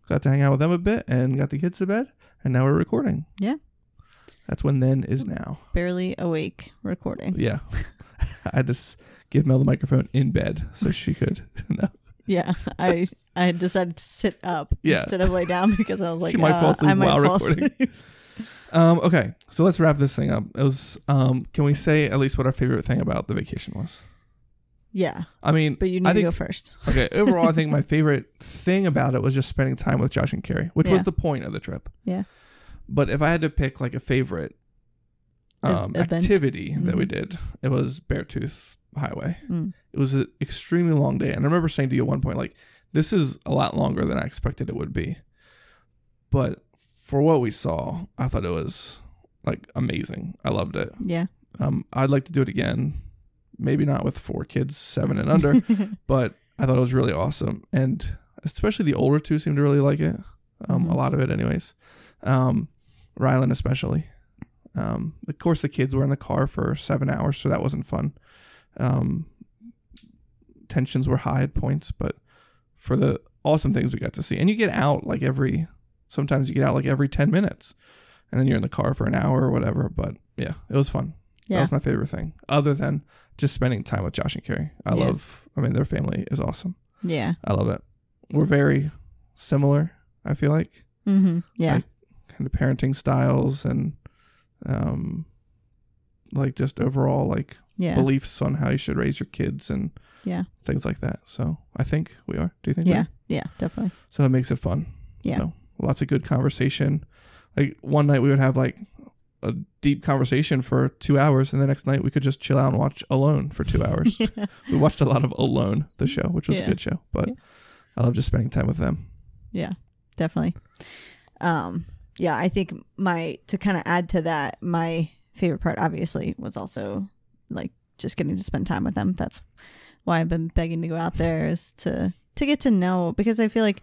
Speaker 5: got to hang out with them a bit, and got the kids to bed, and now we're recording.
Speaker 6: Yeah.
Speaker 5: That's when then is now.
Speaker 6: Barely awake recording.
Speaker 5: Yeah, I had to s- give Mel the microphone in bed so she could. No,
Speaker 6: Yeah, I I had decided to sit up
Speaker 5: Yeah.
Speaker 6: instead of lay down because I was like,
Speaker 5: she might fall
Speaker 6: uh,
Speaker 5: asleep
Speaker 6: I might
Speaker 5: while
Speaker 6: fall
Speaker 5: recording.
Speaker 6: asleep.
Speaker 5: Um, okay, so let's wrap this thing up. It was. Um, can we say at least what our favorite thing about the vacation was?
Speaker 6: Yeah,
Speaker 5: I mean,
Speaker 6: but you need
Speaker 5: I
Speaker 6: to
Speaker 5: think
Speaker 6: go first.
Speaker 5: okay. Overall, I think my favorite thing about it was just spending time with Josh and Carrie, which was
Speaker 6: Yeah.
Speaker 5: the point of the trip.
Speaker 6: Yeah.
Speaker 5: But if I had to pick like a favorite
Speaker 6: Ev-
Speaker 5: um,
Speaker 6: E-, event. Mm-hmm.
Speaker 5: activity that we did, it was Beartooth Highway.
Speaker 6: Mm.
Speaker 5: It was an extremely long day, and I remember saying to you at one point, like, "This is a lot longer than I expected it would be." But for what we saw, I thought it was like amazing. I loved it.
Speaker 6: Yeah,
Speaker 5: Um, I'd like to do it again. Maybe not with four kids, seven and under, but I thought it was really awesome. And especially the older two seemed to really like it. Um, A
Speaker 6: Mhm.
Speaker 5: lot of it, anyways. Um, Rylan, especially. Um, of course, the kids were in the car for seven hours, so that wasn't fun. Um, tensions were high at points, but for the awesome things we got to see, and you get out like every sometimes you get out like every 10 minutes and then you're in the car for an hour or whatever. But yeah, it was fun. That
Speaker 6: yeah,
Speaker 5: was my favorite thing, other than just spending time with Josh and Carrie. I
Speaker 6: Yeah.
Speaker 5: love, I mean, their family is awesome.
Speaker 6: yeah,
Speaker 5: I love it. We're very similar, I feel like,
Speaker 6: mm-hmm. yeah,
Speaker 5: Like- kind of parenting styles and, um, like just overall like
Speaker 6: yeah.
Speaker 5: beliefs on how you should raise your kids and
Speaker 6: Yeah.
Speaker 5: things like that. So I think we are. Do you think? we
Speaker 6: Yeah,
Speaker 5: are?
Speaker 6: yeah, definitely.
Speaker 5: So it makes it fun.
Speaker 6: Yeah.
Speaker 5: So, lots of good conversation. Like one night we would have like a deep conversation for two hours, and the next night we could just chill out and watch Alone for two hours.
Speaker 6: Yeah.
Speaker 5: we watched a lot of Alone, the show, which was
Speaker 6: Yeah.
Speaker 5: a good show. But
Speaker 6: Yeah.
Speaker 5: I love just spending time with them.
Speaker 6: Yeah, definitely. Um, yeah, I think my to kind of add to that, my favorite part obviously was also like just getting to spend time with them. That's why I've been begging to go out there is to to get to know because I feel like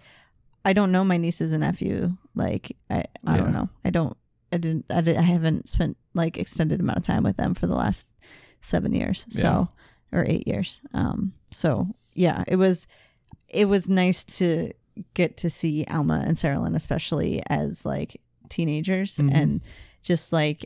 Speaker 6: I don't know my nieces and nephew. Like I, I
Speaker 5: Yeah.
Speaker 6: don't know. I don't. I didn't. I, did, I haven't spent like extended amount of time with them for the last seven years. So or eight years. Um. So yeah, it was. It was nice to get to see Alma and Sarah Lynn, especially as like teenagers.
Speaker 5: Mhm.
Speaker 6: And just like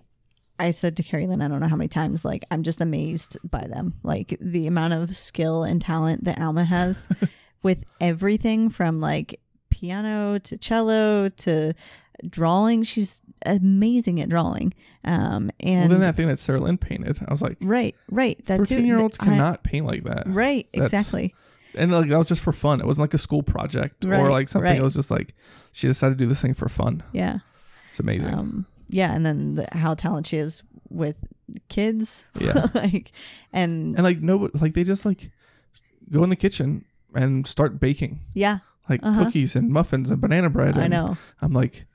Speaker 6: I said to Carrie Lynn, I don't know how many times, like, I'm just amazed by them. Like, the amount of skill and talent that Alma has with everything from like piano to cello to drawing. She's amazing at drawing. Um, and
Speaker 5: well, then that thing that Sarah Lynn painted, I was like,
Speaker 6: right, right. That too-
Speaker 5: 14 year olds
Speaker 6: I-
Speaker 5: cannot paint like that.
Speaker 6: Right,
Speaker 5: That's-
Speaker 6: exactly.
Speaker 5: And like that was just for fun. It wasn't like a school project or
Speaker 6: Right,
Speaker 5: like something.
Speaker 6: right.
Speaker 5: It was just like she decided to do this thing for fun.
Speaker 6: Yeah.
Speaker 5: It's amazing.
Speaker 6: Um, yeah, and then the, how talented she is with kids.
Speaker 5: Yeah.
Speaker 6: like, and,
Speaker 5: and like no, like they just like go in the kitchen and start baking.
Speaker 6: yeah,
Speaker 5: like
Speaker 6: Uh-huh.
Speaker 5: cookies and muffins and banana bread.
Speaker 6: I
Speaker 5: and
Speaker 6: know.
Speaker 5: I'm like,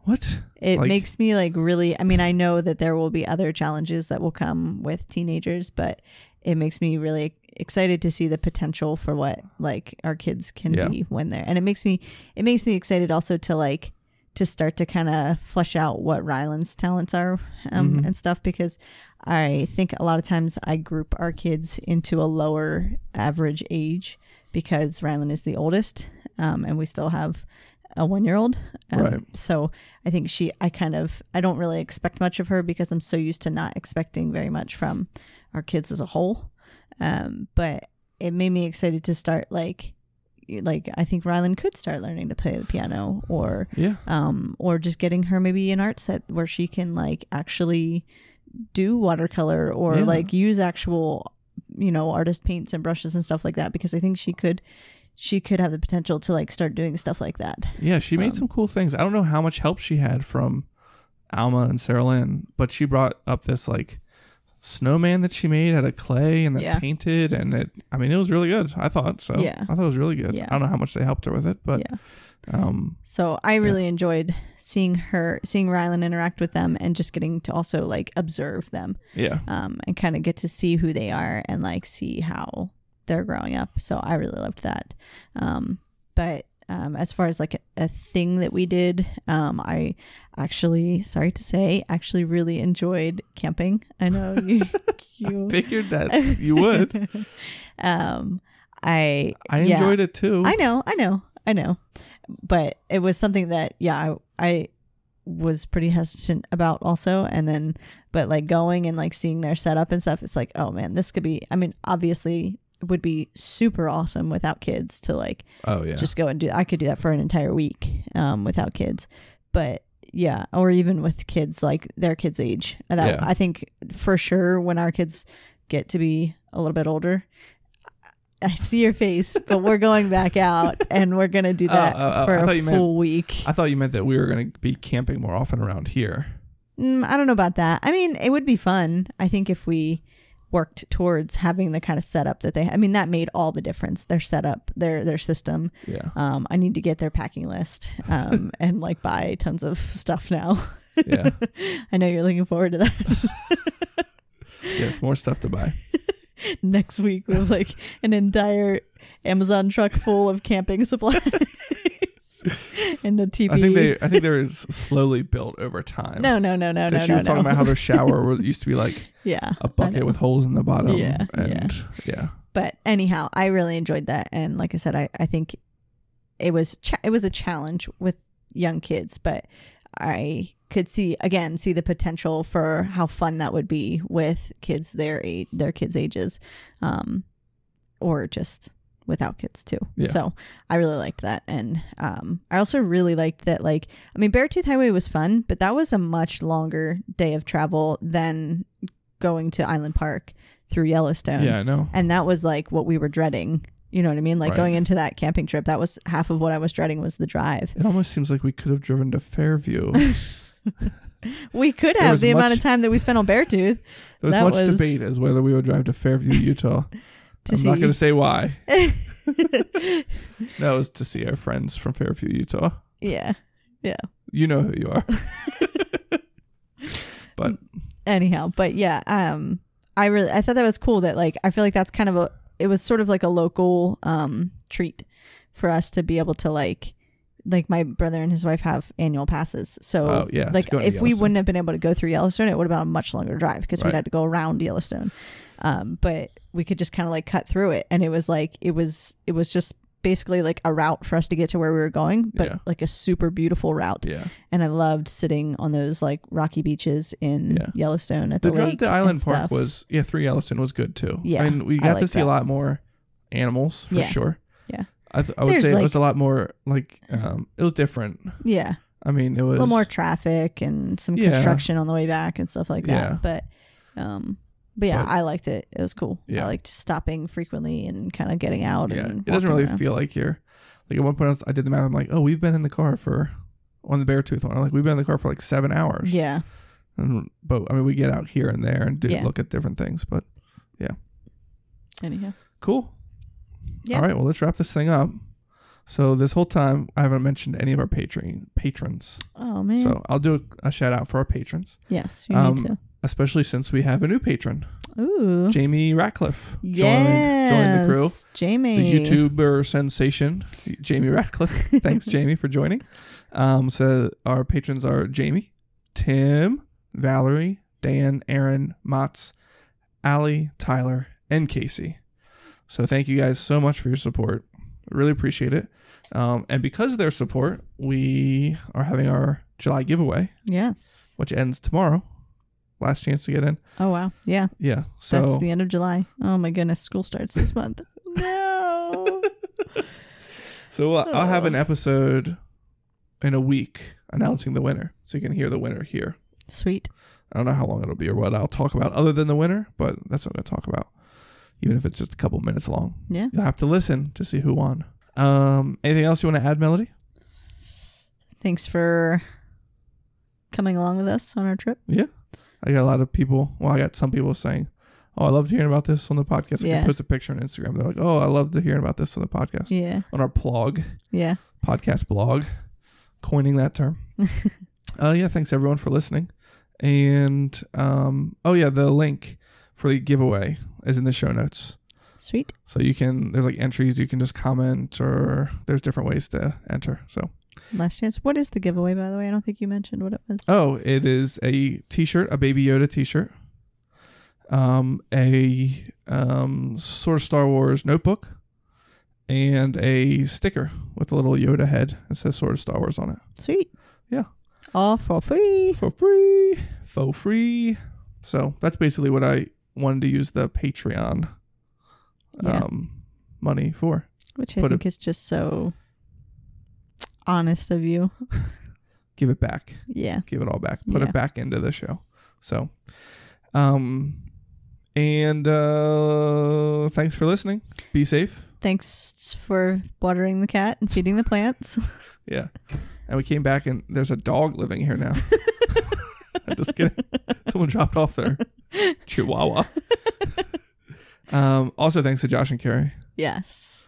Speaker 5: what?
Speaker 6: It
Speaker 5: like-
Speaker 6: makes me like really. I mean, I know that there will be other challenges that will come with teenagers, but it makes me really excited to see the potential for what like our kids can
Speaker 5: Yeah.
Speaker 6: be when they're. And it makes me it makes me excited also to like to start to kind of flesh out what Rylan's talents are um, and stuff because I think a lot of times I group our kids into a lower average age because Rylan is the oldest um, and we still have a one year old. Um,
Speaker 5: Right.
Speaker 6: So I think she, I kind of, I don't really expect much of her because I'm so used to not expecting very much from our kids as a whole. Um, but it made me excited to start like, like I think Rylan could start learning to play the piano or
Speaker 5: Yeah.
Speaker 6: um, or just getting her maybe an art set where she can like actually do watercolor or
Speaker 5: Yeah.
Speaker 6: like use actual you know artist paints and brushes and stuff like that because i think she could she could have the potential to like start doing stuff like that
Speaker 5: Yeah. She made some cool things. I don't know how much help she had from Alma and Sarah Lynn, but she brought up this like snowman that she made out of clay and then
Speaker 6: Yeah.
Speaker 5: painted, and it. I mean, it was really good. I thought so.
Speaker 6: Yeah.
Speaker 5: I thought it was really good.
Speaker 6: Yeah.
Speaker 5: I don't know how much they helped her with it, but
Speaker 6: Yeah.
Speaker 5: um,
Speaker 6: So I really enjoyed seeing her, seeing Rylan interact with them, and just getting to also like observe them
Speaker 5: yeah,
Speaker 6: um, and kind of get to see who they are and like see how they're growing up. So I really loved that. Um, but um, as far as like a, a thing that we did, um, I actually, sorry to say, actually really enjoyed camping. I know you. you
Speaker 5: figured that you would.
Speaker 6: um, I
Speaker 5: I
Speaker 6: yeah.
Speaker 5: enjoyed it too.
Speaker 6: I know, I know, I know. But it was something that yeah, I, I was pretty hesitant about also and then but like going and like seeing their setup and stuff, it's like, oh man, this could be I mean, obviously it would be super awesome without kids to like
Speaker 5: oh yeah,
Speaker 6: just go and do I could do that for an entire week um without kids. But yeah, or even with kids like their kids age. That
Speaker 5: Yeah.
Speaker 6: I think for sure when our kids get to be a little bit older I see your face, but we're going back out and we're going to do
Speaker 5: Oh,
Speaker 6: that
Speaker 5: oh, oh,
Speaker 6: for
Speaker 5: I
Speaker 6: a
Speaker 5: thought
Speaker 6: full
Speaker 5: you meant-
Speaker 6: week.
Speaker 5: I thought you meant that we were going to be camping more often around here.
Speaker 6: Mm, I don't know about that. I mean, it would be fun. I think if we worked towards having the kind of setup that they I mean, that made all the difference. Their setup, their their system.
Speaker 5: Yeah,
Speaker 6: Um, I need to get their packing list um, and like buy tons of stuff now.
Speaker 5: yeah,
Speaker 6: I know you're looking forward to that.
Speaker 5: yes, more stuff to buy.
Speaker 6: Next week with like an entire Amazon truck full of camping supplies and a TV.
Speaker 5: I think they, I think there is slowly built over time.
Speaker 6: no, no, no, no, no,
Speaker 5: 'Cause she
Speaker 6: no,
Speaker 5: was
Speaker 6: no.
Speaker 5: talking about how their shower was- used to be like
Speaker 6: yeah, I
Speaker 5: a bucket
Speaker 6: know.
Speaker 5: with holes in the bottom.
Speaker 6: Yeah,
Speaker 5: and yeah,
Speaker 6: but anyhow, I really enjoyed that, and like I said, I, I think it was cha- it was a challenge with young kids, but I could see again see the potential for how fun that would be with kids their age, their kids ages, um, or just without kids too.
Speaker 5: Yeah.
Speaker 6: So I really liked that, and um, I also really liked that. Like, I mean, Beartooth Highway was fun, but that was a much longer day of travel than going to Island Park through Yellowstone
Speaker 5: yeah, I know.
Speaker 6: and that was like what we were dreading you know what i mean like
Speaker 5: Right.
Speaker 6: going into that camping trip that was half of what i was dreading was the drive
Speaker 5: It almost seems like we could have driven to Fairview.
Speaker 6: we could
Speaker 5: was
Speaker 6: have the amount
Speaker 5: much-
Speaker 6: of time that we spent on
Speaker 5: There
Speaker 6: beartooth
Speaker 5: was
Speaker 6: That
Speaker 5: much
Speaker 6: was-
Speaker 5: debate as whether we would drive to Fairview, Utah.
Speaker 6: to
Speaker 5: I'm not going
Speaker 6: see-
Speaker 5: to say why. that was to see our friends from Fairview, Utah.
Speaker 6: yeah
Speaker 5: You know who you are. but
Speaker 6: anyhow but yeah um i really i thought that was cool that like i feel like that's kind of a it was sort of like a local um treat for us to be able to like like my brother and his wife have annual passes so
Speaker 5: Oh, yeah, to
Speaker 6: like
Speaker 5: go to
Speaker 6: if we
Speaker 5: Yellowstone.
Speaker 6: wouldn't have been able to go through yellowstone it would have been a much longer drive because
Speaker 5: Right.
Speaker 6: we'd had to go around yellowstone um but we could just kind of like cut through it and it was like it was it was just basically like a route for us to get to where we were going but
Speaker 5: Yeah.
Speaker 6: like a super beautiful route
Speaker 5: yeah,
Speaker 6: and I loved sitting on those like rocky beaches in
Speaker 5: Yeah.
Speaker 6: Yellowstone at the,
Speaker 5: the drive
Speaker 6: lake.
Speaker 5: to
Speaker 6: and
Speaker 5: Island
Speaker 6: stuff.
Speaker 5: Park was yeah. Three Yellowstone was good too.
Speaker 6: Yeah,
Speaker 5: I mean, we
Speaker 6: I
Speaker 5: got to
Speaker 6: like
Speaker 5: see a
Speaker 6: that.
Speaker 5: lot more animals for
Speaker 6: Yeah.
Speaker 5: sure.
Speaker 6: Yeah.
Speaker 5: I, th- I would
Speaker 6: There's,
Speaker 5: say it
Speaker 6: like-
Speaker 5: was a lot more like um, it was different.
Speaker 6: yeah,
Speaker 5: I mean, it
Speaker 6: a
Speaker 5: was
Speaker 6: little more traffic and some
Speaker 5: Yeah.
Speaker 6: construction on the way back and stuff like
Speaker 5: Yeah.
Speaker 6: that. But, um, but yeah,
Speaker 5: But-
Speaker 6: I liked it. It was cool.
Speaker 5: Yeah.
Speaker 6: I liked stopping frequently and kind of getting out.
Speaker 5: Yeah,
Speaker 6: and
Speaker 5: it doesn't
Speaker 6: walking
Speaker 5: really
Speaker 6: around.
Speaker 5: feel like you're like at one point I, was, I did the math. I'm like, oh, we've been in the car for on the Beartooth one. I'm like, we've been in the car for like seven hours.
Speaker 6: Yeah,
Speaker 5: And, but I mean, we get out here and there and do
Speaker 6: Yeah.
Speaker 5: look at different things. But
Speaker 6: anyhow,
Speaker 5: cool.
Speaker 6: Yeah.
Speaker 5: All right. Well, let's wrap this thing up. So this whole time I haven't mentioned any of our patron patrons.
Speaker 6: oh man,
Speaker 5: So I'll do a, a shout out for our patrons,
Speaker 6: yes, you
Speaker 5: um,
Speaker 6: need to.
Speaker 5: especially since we have a new patron,
Speaker 6: Ooh,
Speaker 5: Jamie Ratcliffe.
Speaker 6: Oh. yes,
Speaker 5: Joined, joined the crew.
Speaker 6: Jamie,
Speaker 5: the YouTuber sensation, Jamie Ratcliffe. Thanks, Jamie, for joining. Um, so our patrons are Jamie, Tim, Valerie, Dan, Aaron, Motts, Allie, Tyler, and Casey. So thank you guys so much for your support. I really appreciate it. Um, and because of their support, we are having our July giveaway,
Speaker 6: Yes.
Speaker 5: which ends tomorrow. Last chance to get in.
Speaker 6: Oh wow. Yeah.
Speaker 5: Yeah. So
Speaker 6: That's the end of July. Oh my goodness, school starts this month. no.
Speaker 5: So we'll- I'll have
Speaker 6: Oh.
Speaker 5: an episode in a week announcing the winner, so you can hear the winner here.
Speaker 6: Sweet.
Speaker 5: I don't know how long it'll be or what I'll talk about other than the winner, but that's what I'm going to talk about, even if it's just a couple minutes long.
Speaker 6: Yeah.
Speaker 5: You'll have to listen to see who won. Um, anything else you want to add, Melody?
Speaker 6: Thanks for coming along with us on our trip.
Speaker 5: Yeah. I got a lot of people. Well, I got some people saying, Oh, I loved hearing about this on the podcast. I
Speaker 6: Yeah.
Speaker 5: can post a picture on Instagram. They're like, Oh, I loved hearing about this on the podcast.
Speaker 6: Yeah.
Speaker 5: On our blog,
Speaker 6: Yeah.
Speaker 5: podcast blog, coining that term. uh, yeah. Thanks everyone for listening. And um, oh, yeah, the link for the giveaway is in the show notes.
Speaker 6: Sweet.
Speaker 5: So you can, there's like entries, you can just comment or there's different ways to enter. So,
Speaker 6: Last chance. What is the giveaway, by the way? I don't think you mentioned what it was.
Speaker 5: oh, it is a t shirt, a Baby Yoda t shirt, um, a um, Sort of Star Wars notebook, and a sticker with a little Yoda head that says Sort of Star Wars on it
Speaker 6: Sweet.
Speaker 5: Yeah.
Speaker 6: All for free.
Speaker 5: for free, for free. So that's basically what I wanted to use the Patreon
Speaker 6: Yeah.
Speaker 5: um, money for.
Speaker 6: Which I
Speaker 5: put a-
Speaker 6: think is just so honest of you.
Speaker 5: Give it back.
Speaker 6: Yeah.
Speaker 5: give it all back put
Speaker 6: Yeah.
Speaker 5: it back into the show so um and uh thanks for listening be safe
Speaker 6: Thanks for watering the cat and feeding the plants.
Speaker 5: yeah and we came back and there's a dog living here now i'm just kidding someone dropped off their chihuahua um also thanks to josh and carrie
Speaker 6: yes.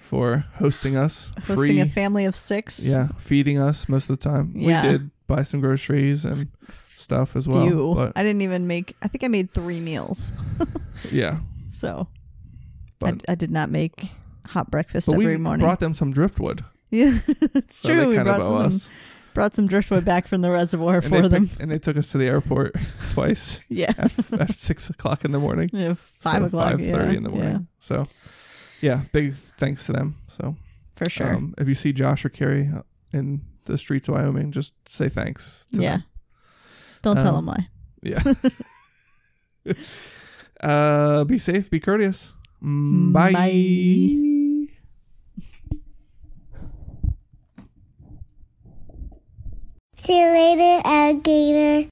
Speaker 5: for hosting us
Speaker 6: Hosting
Speaker 5: free
Speaker 6: a family of six.
Speaker 5: yeah feeding us most of the time
Speaker 6: Yeah.
Speaker 5: we did buy some groceries and stuff as well
Speaker 6: Few.
Speaker 5: but
Speaker 6: I didn't even make, I think I made three meals.
Speaker 5: yeah
Speaker 6: So I,
Speaker 5: But-
Speaker 6: I did not make hot breakfast
Speaker 5: but
Speaker 6: every
Speaker 5: we
Speaker 6: morning.
Speaker 5: brought them some driftwood
Speaker 6: yeah. It's
Speaker 5: so
Speaker 6: true.
Speaker 5: they
Speaker 6: we
Speaker 5: kind of
Speaker 6: brought
Speaker 5: owe
Speaker 6: some,
Speaker 5: us
Speaker 6: brought some driftwood back from the reservoir
Speaker 5: and
Speaker 6: for
Speaker 5: they
Speaker 6: them.
Speaker 5: picked- and they took us to the airport twice
Speaker 6: yeah.
Speaker 5: at, at six o'clock in the morning.
Speaker 6: Yeah, Five o'clock.
Speaker 5: Five thirty
Speaker 6: yeah,
Speaker 5: in the
Speaker 6: yeah,
Speaker 5: morning. So, yeah, big thanks to them. So,
Speaker 6: for sure.
Speaker 5: um, if you see Josh or Carrie uh, in the streets of Wyoming, just say thanks. To
Speaker 6: yeah.
Speaker 5: them.
Speaker 6: Don't tell
Speaker 5: Um,
Speaker 6: them why.
Speaker 5: Yeah. uh, be safe. Be courteous. Mm, Bye.
Speaker 6: Bye.
Speaker 1: See you later, alligator.